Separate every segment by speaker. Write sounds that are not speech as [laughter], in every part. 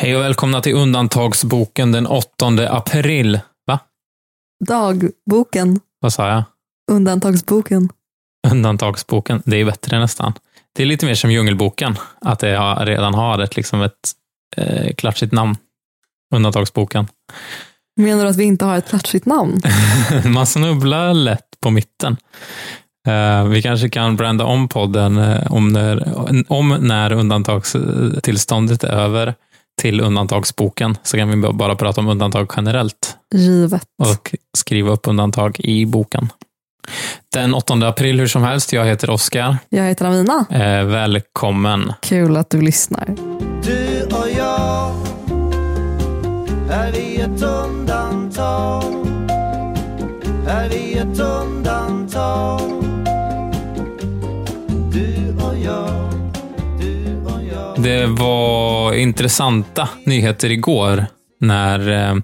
Speaker 1: Hej och välkomna till Undantagsboken den 8 april. Va?
Speaker 2: Dagboken.
Speaker 1: Vad sa jag?
Speaker 2: Undantagsboken.
Speaker 1: Undantagsboken. Det är bättre nästan. Det är lite mer som Djungelboken, att det har- redan har ett, liksom ett eh, klatschigt namn. Undantagsboken. [laughs]
Speaker 2: Menar du att vi inte har ett klatschigt namn?
Speaker 1: Man snubblar lätt på mitten. Eh, vi kanske kan branda om podden eh, om när, om när undantagstillståndet är över till undantagsboken, så kan vi bara prata om undantag generellt.
Speaker 2: Givet.
Speaker 1: och skriva upp undantag i boken. Den 8 april hur som helst, jag heter Oskar.
Speaker 2: Jag heter Amina.
Speaker 1: Eh, välkommen.
Speaker 2: Kul att du lyssnar.
Speaker 3: Du och jag Är vi ett undantag? Är vi ett undantag? Du och jag Du och jag
Speaker 1: Det var intressanta nyheter igår när eh,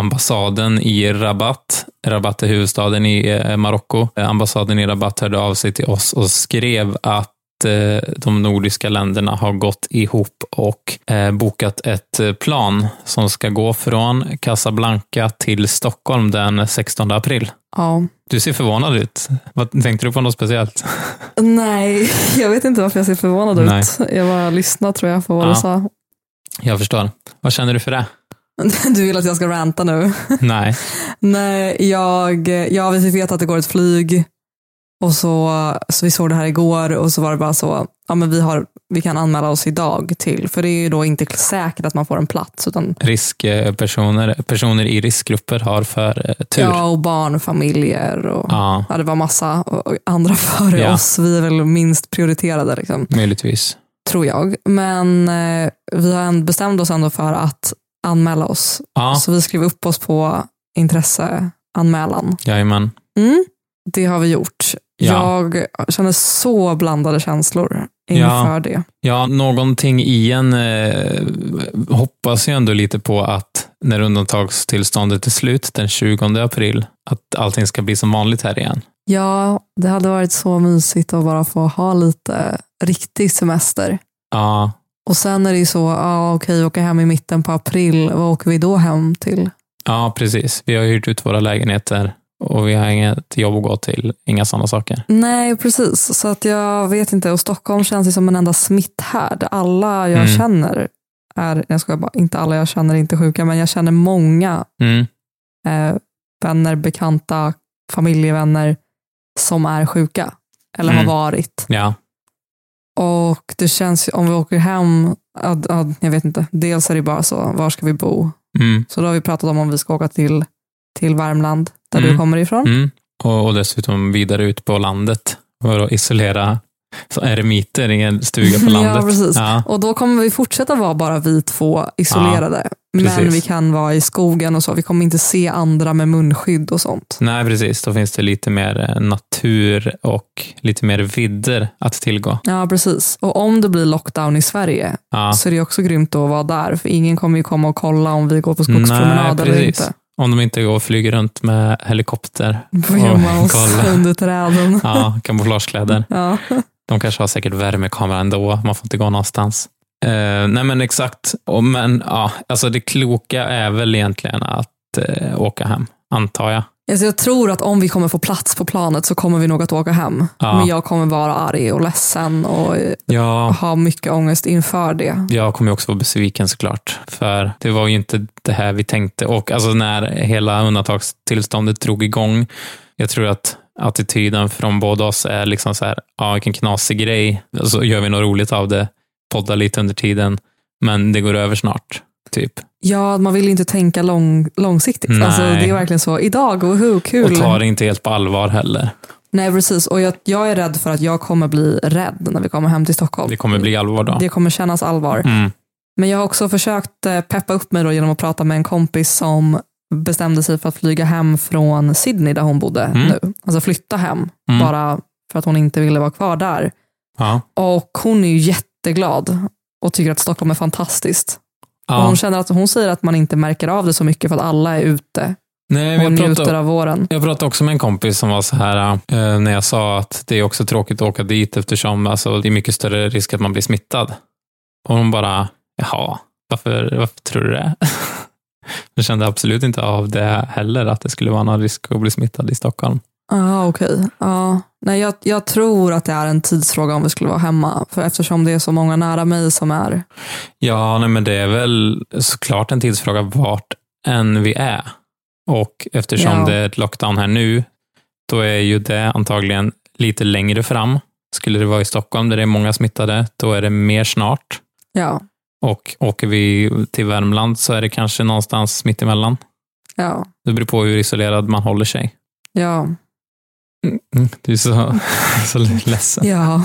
Speaker 1: ambassaden i Rabat, Rabat är huvudstaden i eh, Marocko, eh, ambassaden i Rabat hörde av sig till oss och skrev att eh, de nordiska länderna har gått ihop och eh, bokat ett eh, plan som ska gå från Casablanca till Stockholm den 16 april.
Speaker 2: Ja.
Speaker 1: Du ser förvånad ut. Vad, tänkte du på något speciellt?
Speaker 2: Nej, [laughs] jag vet inte varför jag ser förvånad
Speaker 1: Nej.
Speaker 2: ut. Jag bara lyssnade tror jag på vad
Speaker 1: Ja.
Speaker 2: du sa. [laughs]
Speaker 1: Jag förstår. Vad känner du för det?
Speaker 2: Du vill att jag ska ranta nu.
Speaker 1: [laughs] Nej.
Speaker 2: Nej, jag, ja, vi fick veta att det går ett flyg och så, så vi såg det här igår och så var det bara så, ja men vi, har, vi kan anmäla oss idag till, för det är ju då inte säkert att man får en plats utan
Speaker 1: riskpersoner, eh, personer i riskgrupper har för eh, tur. Ja.
Speaker 2: ja, och barnfamiljer och
Speaker 1: ja,
Speaker 2: Ja, det var massa och- och andra [laughs] före
Speaker 1: Ja.
Speaker 2: oss. Vi är väl minst prioriterade, liksom,
Speaker 1: möjligtvis.
Speaker 2: tror jag. Men eh, vi har ändå bestämt oss ändå för att anmäla oss.
Speaker 1: Ja,
Speaker 2: Så vi skrev upp oss på intresseanmälan.
Speaker 1: jajamän.
Speaker 2: Mm, det har vi gjort.
Speaker 1: Ja.
Speaker 2: Jag känner så blandade känslor
Speaker 1: Ja.
Speaker 2: inför det.
Speaker 1: Ja, någonting i en eh, hoppas ju ändå lite på att när undantagstillståndet är slut den 20 april, att allting ska bli som vanligt här igen.
Speaker 2: Ja, det hade varit så mysigt att bara få ha lite riktig semester.
Speaker 1: Ja,
Speaker 2: Och sen är det ju så, ja, okej, åka hem i mitten på april, vad åker vi då hem till?
Speaker 1: ja precis. Vi har hyrt ut våra lägenheter och vi har inget jobb att gå till. Inga sådana saker.
Speaker 2: Nej, precis. Så att jag vet inte. Och Stockholm känns ju som en enda smitthärd. Alla jag
Speaker 1: Mm.
Speaker 2: känner är, jag ska bara, inte alla jag känner är inte sjuka, men jag känner många
Speaker 1: Mm.
Speaker 2: eh, vänner, bekanta, familjevänner som är sjuka eller
Speaker 1: Mm.
Speaker 2: har varit.
Speaker 1: Ja,
Speaker 2: Och det känns, ju- om vi åker hem, ja, ja, jag vet inte, dels är det bara så, var ska vi bo?
Speaker 1: mm.
Speaker 2: Så då har vi pratat om om vi ska åka till, till Värmland, där
Speaker 1: Mm.
Speaker 2: du kommer ifrån.
Speaker 1: Mm. Och, och dessutom vidare ut på landet för att isolera så eremiter i en stuga på
Speaker 2: [laughs] Ja,
Speaker 1: landet.
Speaker 2: precis.
Speaker 1: Ja.
Speaker 2: Och då kommer vi fortsätta vara bara vi två isolerade. men
Speaker 1: precis.
Speaker 2: vi kan vara i skogen och så. Vi kommer inte se andra med munskydd och sånt.
Speaker 1: Nej, precis. Då finns det lite mer eh, natur och lite mer vidder att tillgå.
Speaker 2: Ja, precis. Och om det blir lockdown i Sverige
Speaker 1: Ja.
Speaker 2: så är det också grymt att vara där. För ingen kommer ju komma och kolla om vi går på skogspromenad
Speaker 1: Nej,
Speaker 2: eller
Speaker 1: precis.
Speaker 2: inte.
Speaker 1: Om de inte går och flyger runt med helikopter.
Speaker 2: Får
Speaker 1: Och
Speaker 2: gömma oss
Speaker 1: kolla.
Speaker 2: [laughs] under träden.
Speaker 1: Ja, [laughs] kamouflagekläder.
Speaker 2: Ja.
Speaker 1: De kanske har säkert värmekamera ändå. Man får inte gå någonstans. Eh, nej, men exakt. Och, men ja, alltså det kloka är väl egentligen att eh, åka hem, antar jag.
Speaker 2: Alltså jag tror att om vi kommer få plats på planet så kommer vi nog att åka hem.
Speaker 1: Ja.
Speaker 2: Men jag kommer vara arg och ledsen och eh,
Speaker 1: Ja,
Speaker 2: ha mycket ångest inför det.
Speaker 1: Jag kommer ju också vara besviken såklart, för det var ju inte det här vi tänkte. Och alltså när hela undantagstillståndet drog igång, jag tror att attityden från båda oss är liksom så här, ja vilken knasig grej, så alltså, gör vi något roligt av det, poddar lite under tiden, men det går över snart. Typ.
Speaker 2: Ja, man vill ju inte tänka lång, långsiktigt.
Speaker 1: Nej.
Speaker 2: Alltså, det är verkligen så, idag, woho,
Speaker 1: Och
Speaker 2: kul.
Speaker 1: tar det inte helt på allvar heller.
Speaker 2: Nej, precis. Och jag, jag är rädd för att jag kommer bli rädd när vi kommer hem till Stockholm.
Speaker 1: Det kommer bli allvar då.
Speaker 2: Det kommer kännas allvar.
Speaker 1: Mm.
Speaker 2: Men jag har också försökt eh, peppa upp mig då genom att prata med en kompis som bestämde sig för att flyga hem från Sydney där hon bodde
Speaker 1: Mm.
Speaker 2: nu. Alltså flytta hem,
Speaker 1: Mm.
Speaker 2: bara för att hon inte ville vara kvar där.
Speaker 1: Ja.
Speaker 2: Och hon är ju jätteglad och tycker att Stockholm är fantastiskt. Och
Speaker 1: Ja.
Speaker 2: hon, känner att, hon säger att man inte märker av det så mycket för att alla är ute
Speaker 1: Nej,
Speaker 2: och
Speaker 1: men jag pratar
Speaker 2: njuter av våren.
Speaker 1: Jag pratade också med en kompis som var så här, eh, när jag sa att det är också tråkigt att åka dit eftersom alltså, det är mycket större risk att man blir smittad. Och hon bara, jaha, Varför, varför tror du det? [laughs] Jag kände absolut inte av det heller, att det skulle vara någon risk att bli smittad i Stockholm.
Speaker 2: Ja, okej. Ja. Nej, jag, jag tror att det är en tidsfråga om vi skulle vara hemma. För eftersom det är så många nära mig som är.
Speaker 1: Ja, nej, men det är väl såklart en tidsfråga vart än vi är. Och eftersom
Speaker 2: Ja.
Speaker 1: det är ett lockdown här nu, då är ju det antagligen lite längre fram. Skulle det vara i Stockholm där det är många smittade, då är det mer snart.
Speaker 2: Ja,
Speaker 1: Och åker vi till Värmland så är det kanske någonstans mitt emellan.
Speaker 2: ja,
Speaker 1: Det beror på hur isolerad man håller sig.
Speaker 2: ja,
Speaker 1: Mm, Du är så, [laughs] så ledsen.
Speaker 2: ja.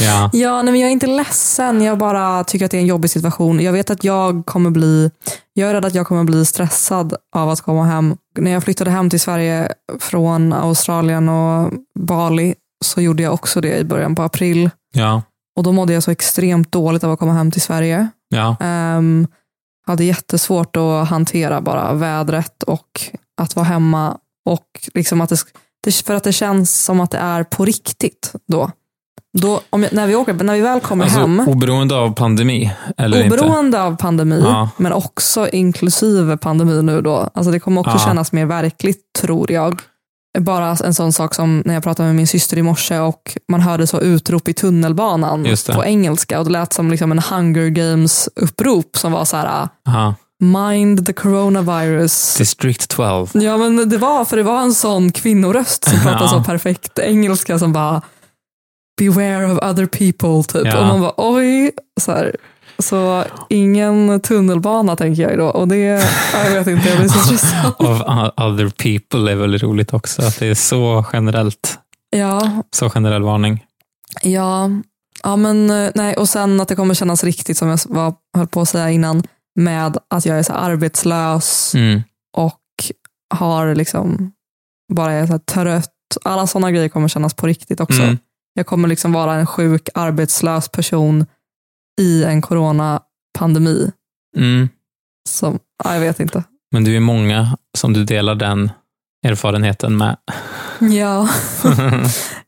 Speaker 1: Ja.
Speaker 2: Ja, nej, men jag är inte ledsen. Jag bara tycker att det är en jobbig situation. Jag vet att jag kommer bli, jag är rädd att jag kommer bli stressad av att komma hem. När jag flyttade hem till Sverige från Australien och Bali så gjorde jag också det i början på april.
Speaker 1: Ja.
Speaker 2: Och då mådde jag så extremt dåligt av att komma hem till Sverige.
Speaker 1: Ja.
Speaker 2: Ehm, hade jättesvårt att hantera bara vädret och att vara hemma. Och liksom att det, sk- det, för att det känns som att det är på riktigt då. då om jag, när, vi åker, när vi väl kommer
Speaker 1: Alltså,
Speaker 2: hem,
Speaker 1: oberoende av pandemi, eller inte?
Speaker 2: oberoende av pandemi,
Speaker 1: Ja.
Speaker 2: men också inklusive pandemi nu då. Alltså det kommer också
Speaker 1: Ja.
Speaker 2: kännas mer verkligt tror jag. Bara en sån sak som när jag pratade med min syster i morse och man hörde så utrop i tunnelbanan
Speaker 1: Just det.
Speaker 2: på engelska och det lät som liksom en hunger games-upprop som var så här
Speaker 1: Ja.
Speaker 2: Mind the coronavirus.
Speaker 1: District 12.
Speaker 2: Ja men det var, för det var en sån kvinnoröst som pratade
Speaker 1: Ja.
Speaker 2: så perfekt engelska som bara Beware of other people typ.
Speaker 1: Ja.
Speaker 2: Och man bara oj. Så, här. så ingen tunnelbana tänker jag då. Och det, jag vet inte,
Speaker 1: [laughs]
Speaker 2: jag blir så stressad.
Speaker 1: Of o- other people är väldigt roligt också, att det är så generellt.
Speaker 2: Ja,
Speaker 1: Så generell varning.
Speaker 2: ja, ja men eh, nej och sen att det kommer kännas riktigt som jag s- var, höll på att säga innan med att jag är så här arbetslös.
Speaker 1: Mm.
Speaker 2: och har liksom bara är så här trött. Alla sådana grejer kommer kännas på riktigt också.
Speaker 1: Mm.
Speaker 2: Jag kommer liksom vara en sjuk, arbetslös person i en coronapandemi.
Speaker 1: Mm.
Speaker 2: Som, ja, jag vet inte.
Speaker 1: Men du är många som du delar den erfarenheten med.
Speaker 2: Ja, [laughs]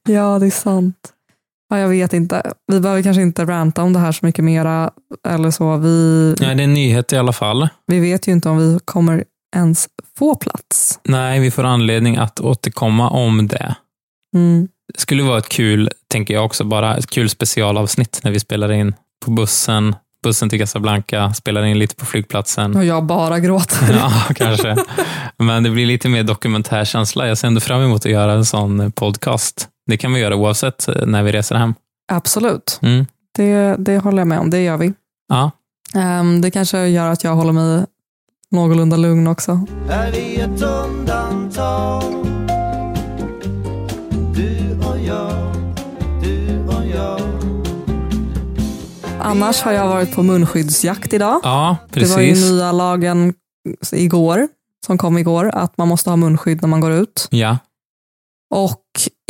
Speaker 2: ja det är sant. Ja, jag vet inte. Vi behöver kanske inte ranta om det här så mycket mera. Eller så. Vi,
Speaker 1: ja, det är en nyhet i alla fall.
Speaker 2: vi vet ju inte om vi kommer ens få plats.
Speaker 1: Nej, vi får anledning att återkomma om det.
Speaker 2: Mm.
Speaker 1: Det skulle vara ett kul, tänker jag också, bara ett kul specialavsnitt när vi spelar in på bussen, bussen till Casablanca, spelar in lite på flygplatsen.
Speaker 2: Och jag bara gråter.
Speaker 1: [laughs] Ja, kanske. Men det blir lite mer dokumentärkänsla. Jag ser ändå fram emot att göra en sån eh, podcast. Det kan vi göra oavsett eh, när vi reser hem.
Speaker 2: Absolut,
Speaker 1: Mm.
Speaker 2: det, det håller jag med om. Det gör vi.
Speaker 1: Ja,
Speaker 2: Ehm, det kanske gör att jag håller mig någorlunda lugn också.
Speaker 3: Är vi ett undantag? Du och jag, du och jag
Speaker 2: Annars har jag varit på munskyddsjakt idag.
Speaker 1: ja
Speaker 2: Det var ju
Speaker 1: precis.
Speaker 2: nya lagen igår, som kom igår, att man måste ha munskydd när man går ut.
Speaker 1: Ja,
Speaker 2: Och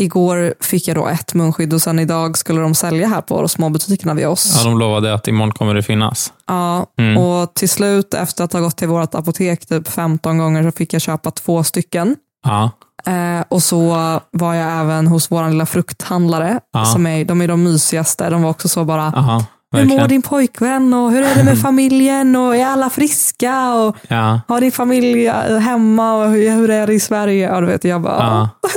Speaker 2: igår fick jag då ett munskydd och sen idag skulle de sälja här på småbutikerna vid oss.
Speaker 1: ja, de lovade att imorgon kommer det finnas.
Speaker 2: Ja,
Speaker 1: Mm.
Speaker 2: och till slut efter att ha gått till vårt apotek typ 15 gånger så fick jag köpa två stycken.
Speaker 1: Ja,
Speaker 2: Eh, och så var jag även hos vår lilla frukthandlare.
Speaker 1: Ja.
Speaker 2: Som är, de är de mysigaste. De var också så bara,
Speaker 1: aha,
Speaker 2: hur mår
Speaker 1: verkligen.
Speaker 2: din pojkvän och hur
Speaker 1: [laughs]
Speaker 2: är det med familjen och är alla friska och
Speaker 1: Ja,
Speaker 2: har din familj eh, hemma och hur, hur är det i Sverige? Ja, du vet, jag bara,
Speaker 1: ja,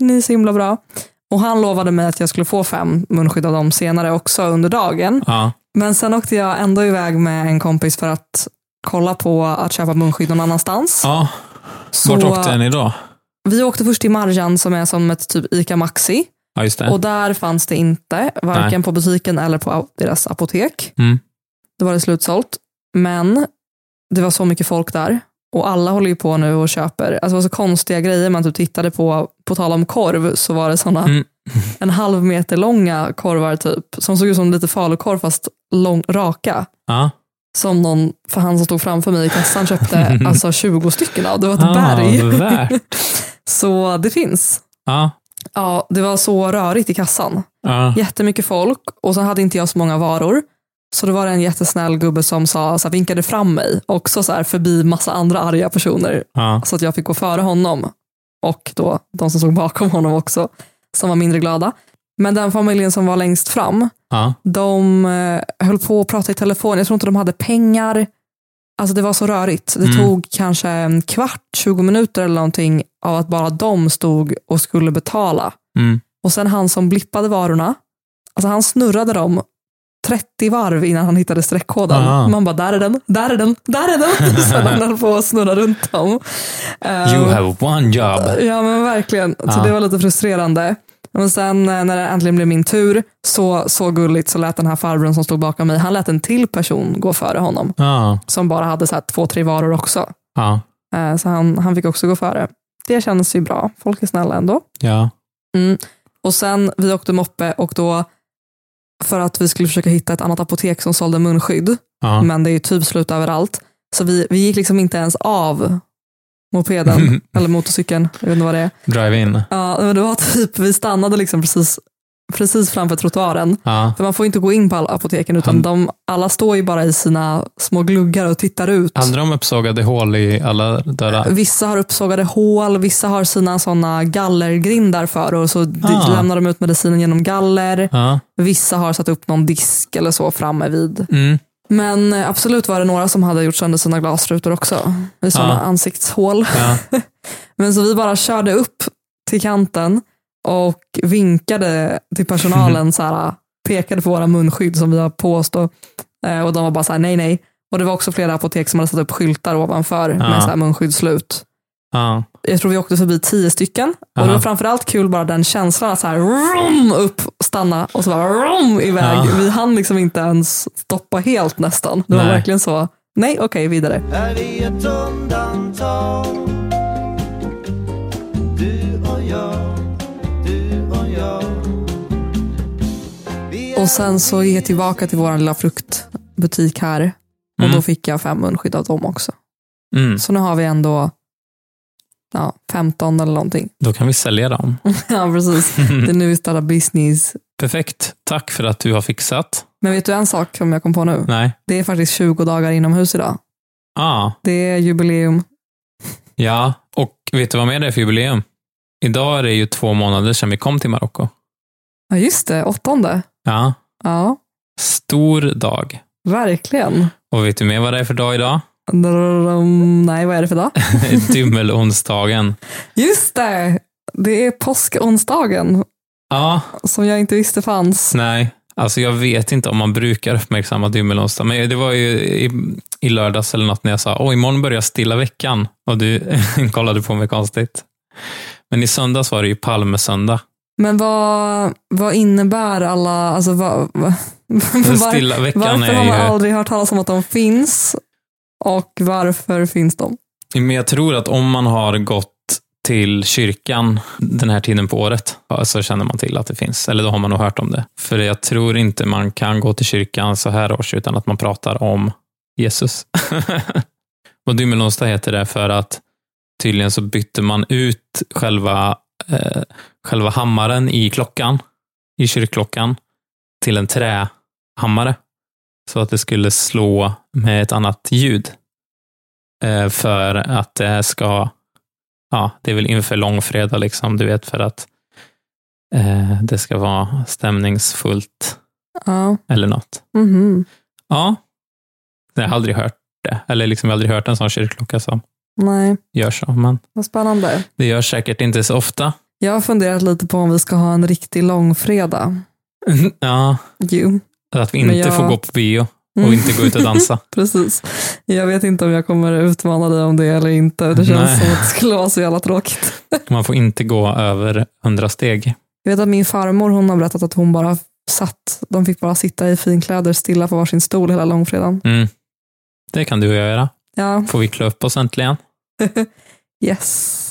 Speaker 2: ni är så himla bra. Och han lovade mig att jag skulle få fem munskydd av dem senare också under dagen.
Speaker 1: ja,
Speaker 2: Men sen åkte jag ändå iväg med en kompis för att kolla på att köpa munskydd någon annanstans.
Speaker 1: ja.
Speaker 2: Så
Speaker 1: Vart åkte den idag?
Speaker 2: Vi åkte först till Marjan som är som ett typ ICA Maxi.
Speaker 1: Ja, just det.
Speaker 2: Och där fanns det inte, varken på butiken eller på deras apotek.
Speaker 1: Mm.
Speaker 2: Då var det slutsålt. Men det var så mycket folk där. Och alla håller ju på nu och köper. Alltså det var så konstiga grejer man typ tittade på. På tal om korv så var det sådana
Speaker 1: Mm.
Speaker 2: [laughs] en halv meter långa korvar typ. Som såg ut som lite falukorv fast lång, raka.
Speaker 1: Ja,
Speaker 2: Som någon, för han som stod framför mig i
Speaker 1: [laughs]
Speaker 2: kassan köpte alltså 20 stycken av. Det var ett
Speaker 1: ah,
Speaker 2: berg.
Speaker 1: värt.
Speaker 2: Så det finns.
Speaker 1: Ja,
Speaker 2: Ja, det var så rörigt i kassan. [laughs]
Speaker 1: ja,
Speaker 2: jättemycket folk och så hade inte jag så många varor. Så då var det en jättesnäll gubbe som sa, så här, vinkade fram mig, också så här, förbi massa andra arga personer,
Speaker 1: ja,
Speaker 2: så att jag fick gå före honom. Och då de som stod bakom honom också, som var mindre glada. Men den familjen som var längst fram,
Speaker 1: Ja.
Speaker 2: De eh, höll på att prata i telefon. Jag tror inte de hade pengar. Alltså det var så rörigt. Det
Speaker 1: Mm.
Speaker 2: tog kanske en kvart, 20 minuter eller någonting av att bara de stod och skulle betala.
Speaker 1: Mm.
Speaker 2: Och sen han som blippade varorna, alltså han snurrade dem 30 varv innan han hittade streckkoden.
Speaker 1: Ah.
Speaker 2: Man bara, där är den, där är den, där är
Speaker 1: [laughs]
Speaker 2: den. sen han höll på att snurra runt dem. Eh,
Speaker 1: You have Ah. one job.
Speaker 2: Ja men verkligen, så
Speaker 1: Ja.
Speaker 2: det var lite frustrerande. Men sen eh, när det äntligen blev min tur, så, så gulligt så lät den här farbrorn som stod bakom mig, han lät en till person gå före honom.
Speaker 1: Ja.
Speaker 2: Som bara hade så här två, tre varor också.
Speaker 1: Ja.
Speaker 2: Eh, Så han, han fick också gå före. Det kändes ju bra, folk är snälla ändå.
Speaker 1: Ja.
Speaker 2: Och sen, vi åkte moppe och då, för att vi skulle försöka hitta ett annat apotek som sålde munskydd,
Speaker 1: Ja.
Speaker 2: men det är ju typ slut överallt. Så vi, vi gick liksom inte ens av
Speaker 1: [laughs]
Speaker 2: mopeden, eller motorcykeln, jag vet inte vad det är.
Speaker 1: Drive in.
Speaker 2: Ja, men det var typ, vi stannade liksom precis, precis framför trottoaren.
Speaker 1: Ja.
Speaker 2: För man får inte gå in på alla apoteken, utan
Speaker 1: Han-
Speaker 2: de, alla står ju bara i sina små gluggar och tittar ut.
Speaker 1: Hade de uppsågade hål i alla dörrar?
Speaker 2: Vissa har uppsågade hål, vissa har sina sådana gallergrindar för och så d-
Speaker 1: Ah.
Speaker 2: lämnar de ut medicinen genom galler.
Speaker 1: Ja.
Speaker 2: Vissa har satt upp någon disk eller så framme vid.
Speaker 1: Mm.
Speaker 2: Men eh, absolut var det några som hade gjort sönder sina glasrutor också, i sådana
Speaker 1: Ah.
Speaker 2: ansiktshål.
Speaker 1: Ja.
Speaker 2: Men så vi bara körde upp till kanten och vinkade till personalen, så här, pekade på våra munskydd som vi har på oss då, Eh, och de var bara så här nej nej. Och det var också flera apotek som hade satt upp skyltar ovanför
Speaker 1: Ja.
Speaker 2: med så här munskydd slut.
Speaker 1: Ja.
Speaker 2: Jag tror vi åkte förbi tio stycken och det
Speaker 1: Aha.
Speaker 2: var framförallt kul bara den känslan att så här vroom, upp, stanna och så bara vroom, iväg.
Speaker 1: Ja.
Speaker 2: Vi hann liksom inte ens stoppa helt nästan. Det var
Speaker 1: Nej.
Speaker 2: verkligen så, nej okej vidare.
Speaker 3: Är vi ett undantag? Du och jag, du och jag Vi är
Speaker 2: Och sen så gick jag tillbaka till vår lilla fruktbutik här. Och
Speaker 1: Mm.
Speaker 2: då fick jag fem munskydd av dem också.
Speaker 1: Mm.
Speaker 2: Så nu har vi ändå ja, 15 eller någonting. [laughs]
Speaker 1: Då kan vi sälja dem.
Speaker 2: ja,
Speaker 1: [laughs]
Speaker 2: precis. Det är nu vi startar business.
Speaker 1: Perfekt. Tack för att du har fixat.
Speaker 2: Men vet du en sak som jag kom på nu?
Speaker 1: Nej.
Speaker 2: Det är faktiskt 20 dagar inomhus idag.
Speaker 1: Ah.
Speaker 2: Det är jubileum.
Speaker 1: Ja, och vet du vad mer det är för jubileum? Idag är det ju två månader sedan vi kom till Marocko.
Speaker 2: Ja, just det. Åttonde.
Speaker 1: Ja,
Speaker 2: Ja,
Speaker 1: stor dag.
Speaker 2: verkligen.
Speaker 1: Och vet du mer vad det är för dag idag? [laughs]
Speaker 2: Drrrrum. Nej, vad är det för dag?
Speaker 1: Dymmelonsdagen.
Speaker 2: [laughs] Just det! Det är påskonsdagen
Speaker 1: Ja,
Speaker 2: som jag inte visste fanns.
Speaker 1: nej. Alltså jag vet inte om man brukar uppmärksamma dymmelonsdag, men det var ju i, i lördags eller något när jag sa åh, imorgon börjar stilla veckan och du [laughs] kollade på mig konstigt. Men i söndags var det ju palmesöndag.
Speaker 2: Men vad, vad innebär alla, alltså vad, vad,
Speaker 1: Den
Speaker 2: var-
Speaker 1: stilla veckan
Speaker 2: varför har
Speaker 1: är
Speaker 2: man
Speaker 1: ju...
Speaker 2: aldrig hört talas om att de finns? Och varför finns de?
Speaker 1: Men jag tror att om man har gått till kyrkan den här tiden på året ja, så känner man till att det finns. Eller då har man nog hört om det. För jag tror inte man kan gå till kyrkan så här års utan att man pratar om Jesus. [laughs] och dymmelonsdag heter det för att tydligen så bytte man ut själva, eh, själva hammaren i klockan, i kyrkklockan, till en trähammare. Så att det skulle slå med ett annat ljud. Eh, för att det ska, ja, det är väl inför långfredag liksom, du vet, för att eh, det ska vara stämningsfullt
Speaker 2: Ja,
Speaker 1: eller något.
Speaker 2: mhm.
Speaker 1: Ja, jag har aldrig hört det, eller liksom jag har aldrig hört en sån kyrkklocka som
Speaker 2: nej,
Speaker 1: gör så, men
Speaker 2: vad spännande.
Speaker 1: det görs säkert inte så ofta.
Speaker 2: Jag har funderat lite på om vi ska ha en riktig långfredag.
Speaker 1: ja,
Speaker 2: Jo,
Speaker 1: att vi
Speaker 2: Men
Speaker 1: inte
Speaker 2: jag-
Speaker 1: får gå på bio och
Speaker 2: Mm.
Speaker 1: inte gå ut och dansa.
Speaker 2: precis. Jag vet inte om jag kommer utmana dig om det eller inte. Det känns
Speaker 1: Nej.
Speaker 2: som att det skulle vara så jävla tråkigt.
Speaker 1: Man får inte gå över hundra steg.
Speaker 2: Jag vet att min farmor hon har berättat att hon bara satt, de fick bara sitta i finkläder stilla på varsin stol hela långfredagen.
Speaker 1: Mm. Det kan du och jag göra.
Speaker 2: Ja,
Speaker 1: Får vi klä upp oss äntligen?
Speaker 2: yes.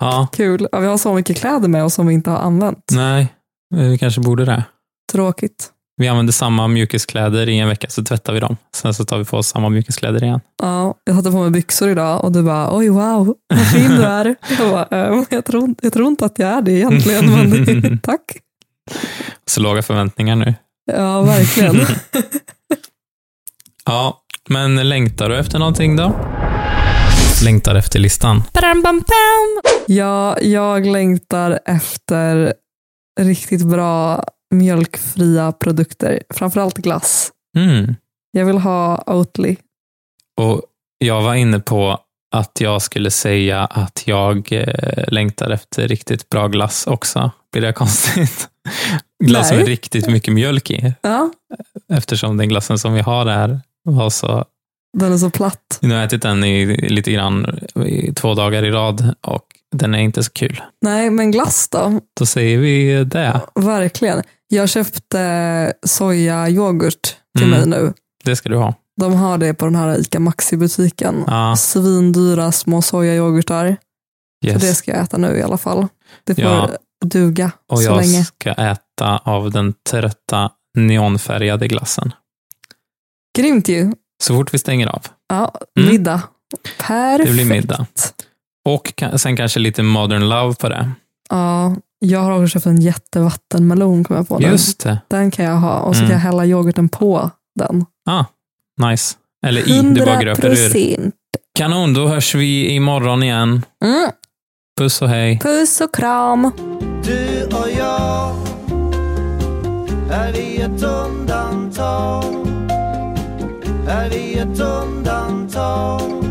Speaker 1: Ja,
Speaker 2: Kul. Ja, vi har så mycket kläder med oss som vi inte har använt.
Speaker 1: nej, vi kanske borde det.
Speaker 2: Tråkigt.
Speaker 1: Vi använder samma mjukiskläder i en vecka, så tvättar vi dem. Sen så tar vi på oss samma mjukiskläder igen.
Speaker 2: Ja, jag satte på mig byxor idag och du bara oj wow, vad fin
Speaker 1: [laughs]
Speaker 2: du är. Jag, bara, "Ehm, jag, tror, inte- jag tror inte att jag är det egentligen, men
Speaker 1: [laughs]
Speaker 2: [laughs] det, tack.
Speaker 1: Så låga förväntningar nu.
Speaker 2: Ja, verkligen.
Speaker 1: Ja, men längtar du efter någonting då? Längtar efter listan.
Speaker 2: Ja, jag längtar efter riktigt bra mjölkfria produkter, framförallt glass.
Speaker 1: Mm.
Speaker 2: Jag vill ha Oatly.
Speaker 1: Och jag var inne på att jag skulle säga att jag eh, längtar efter riktigt bra glass också. Blir det konstigt? [laughs] Glass
Speaker 2: Nej.
Speaker 1: med riktigt mycket mjölk i,
Speaker 2: Ja,
Speaker 1: eftersom den glassen som vi har där var så...
Speaker 2: den är så platt.
Speaker 1: Nu har jag ätit den i lite grann i två dagar i rad och den är inte så kul.
Speaker 2: Nej, men glass då?
Speaker 1: Då säger vi det.
Speaker 2: Verkligen. Jag köpte sojayoghurt till
Speaker 1: Mm.
Speaker 2: mig nu.
Speaker 1: Det ska du ha.
Speaker 2: De har det på den här ICA Maxi-butiken.
Speaker 1: Ja,
Speaker 2: Svindyra små sojayoghurtar. Så det
Speaker 1: yes.
Speaker 2: ska jag äta nu i alla fall. Det får
Speaker 1: Ja.
Speaker 2: duga
Speaker 1: Och
Speaker 2: så
Speaker 1: jag
Speaker 2: länge.
Speaker 1: ska äta av den trötta neonfärgade glassen.
Speaker 2: Grymt ju.
Speaker 1: Så fort vi stänger av.
Speaker 2: Ja,
Speaker 1: Mm.
Speaker 2: middag. Perfekt.
Speaker 1: Det blir middag. Och ka- sen kanske lite modern love på det.
Speaker 2: Ja, jag har också köpt en jättevattenmelon kom jag på nu.
Speaker 1: Just det.
Speaker 2: Den kan jag ha och så
Speaker 1: Mm.
Speaker 2: kan jag hälla yoghurten på den.
Speaker 1: Ah, Nice. Eller i, du bara gröper ur. Kanon, då hörs vi imorgon igen.
Speaker 2: Mm.
Speaker 1: Puss och hej.
Speaker 2: Puss och kram.
Speaker 3: Du och jag Är vi ett undantag? Är vi ett undantag?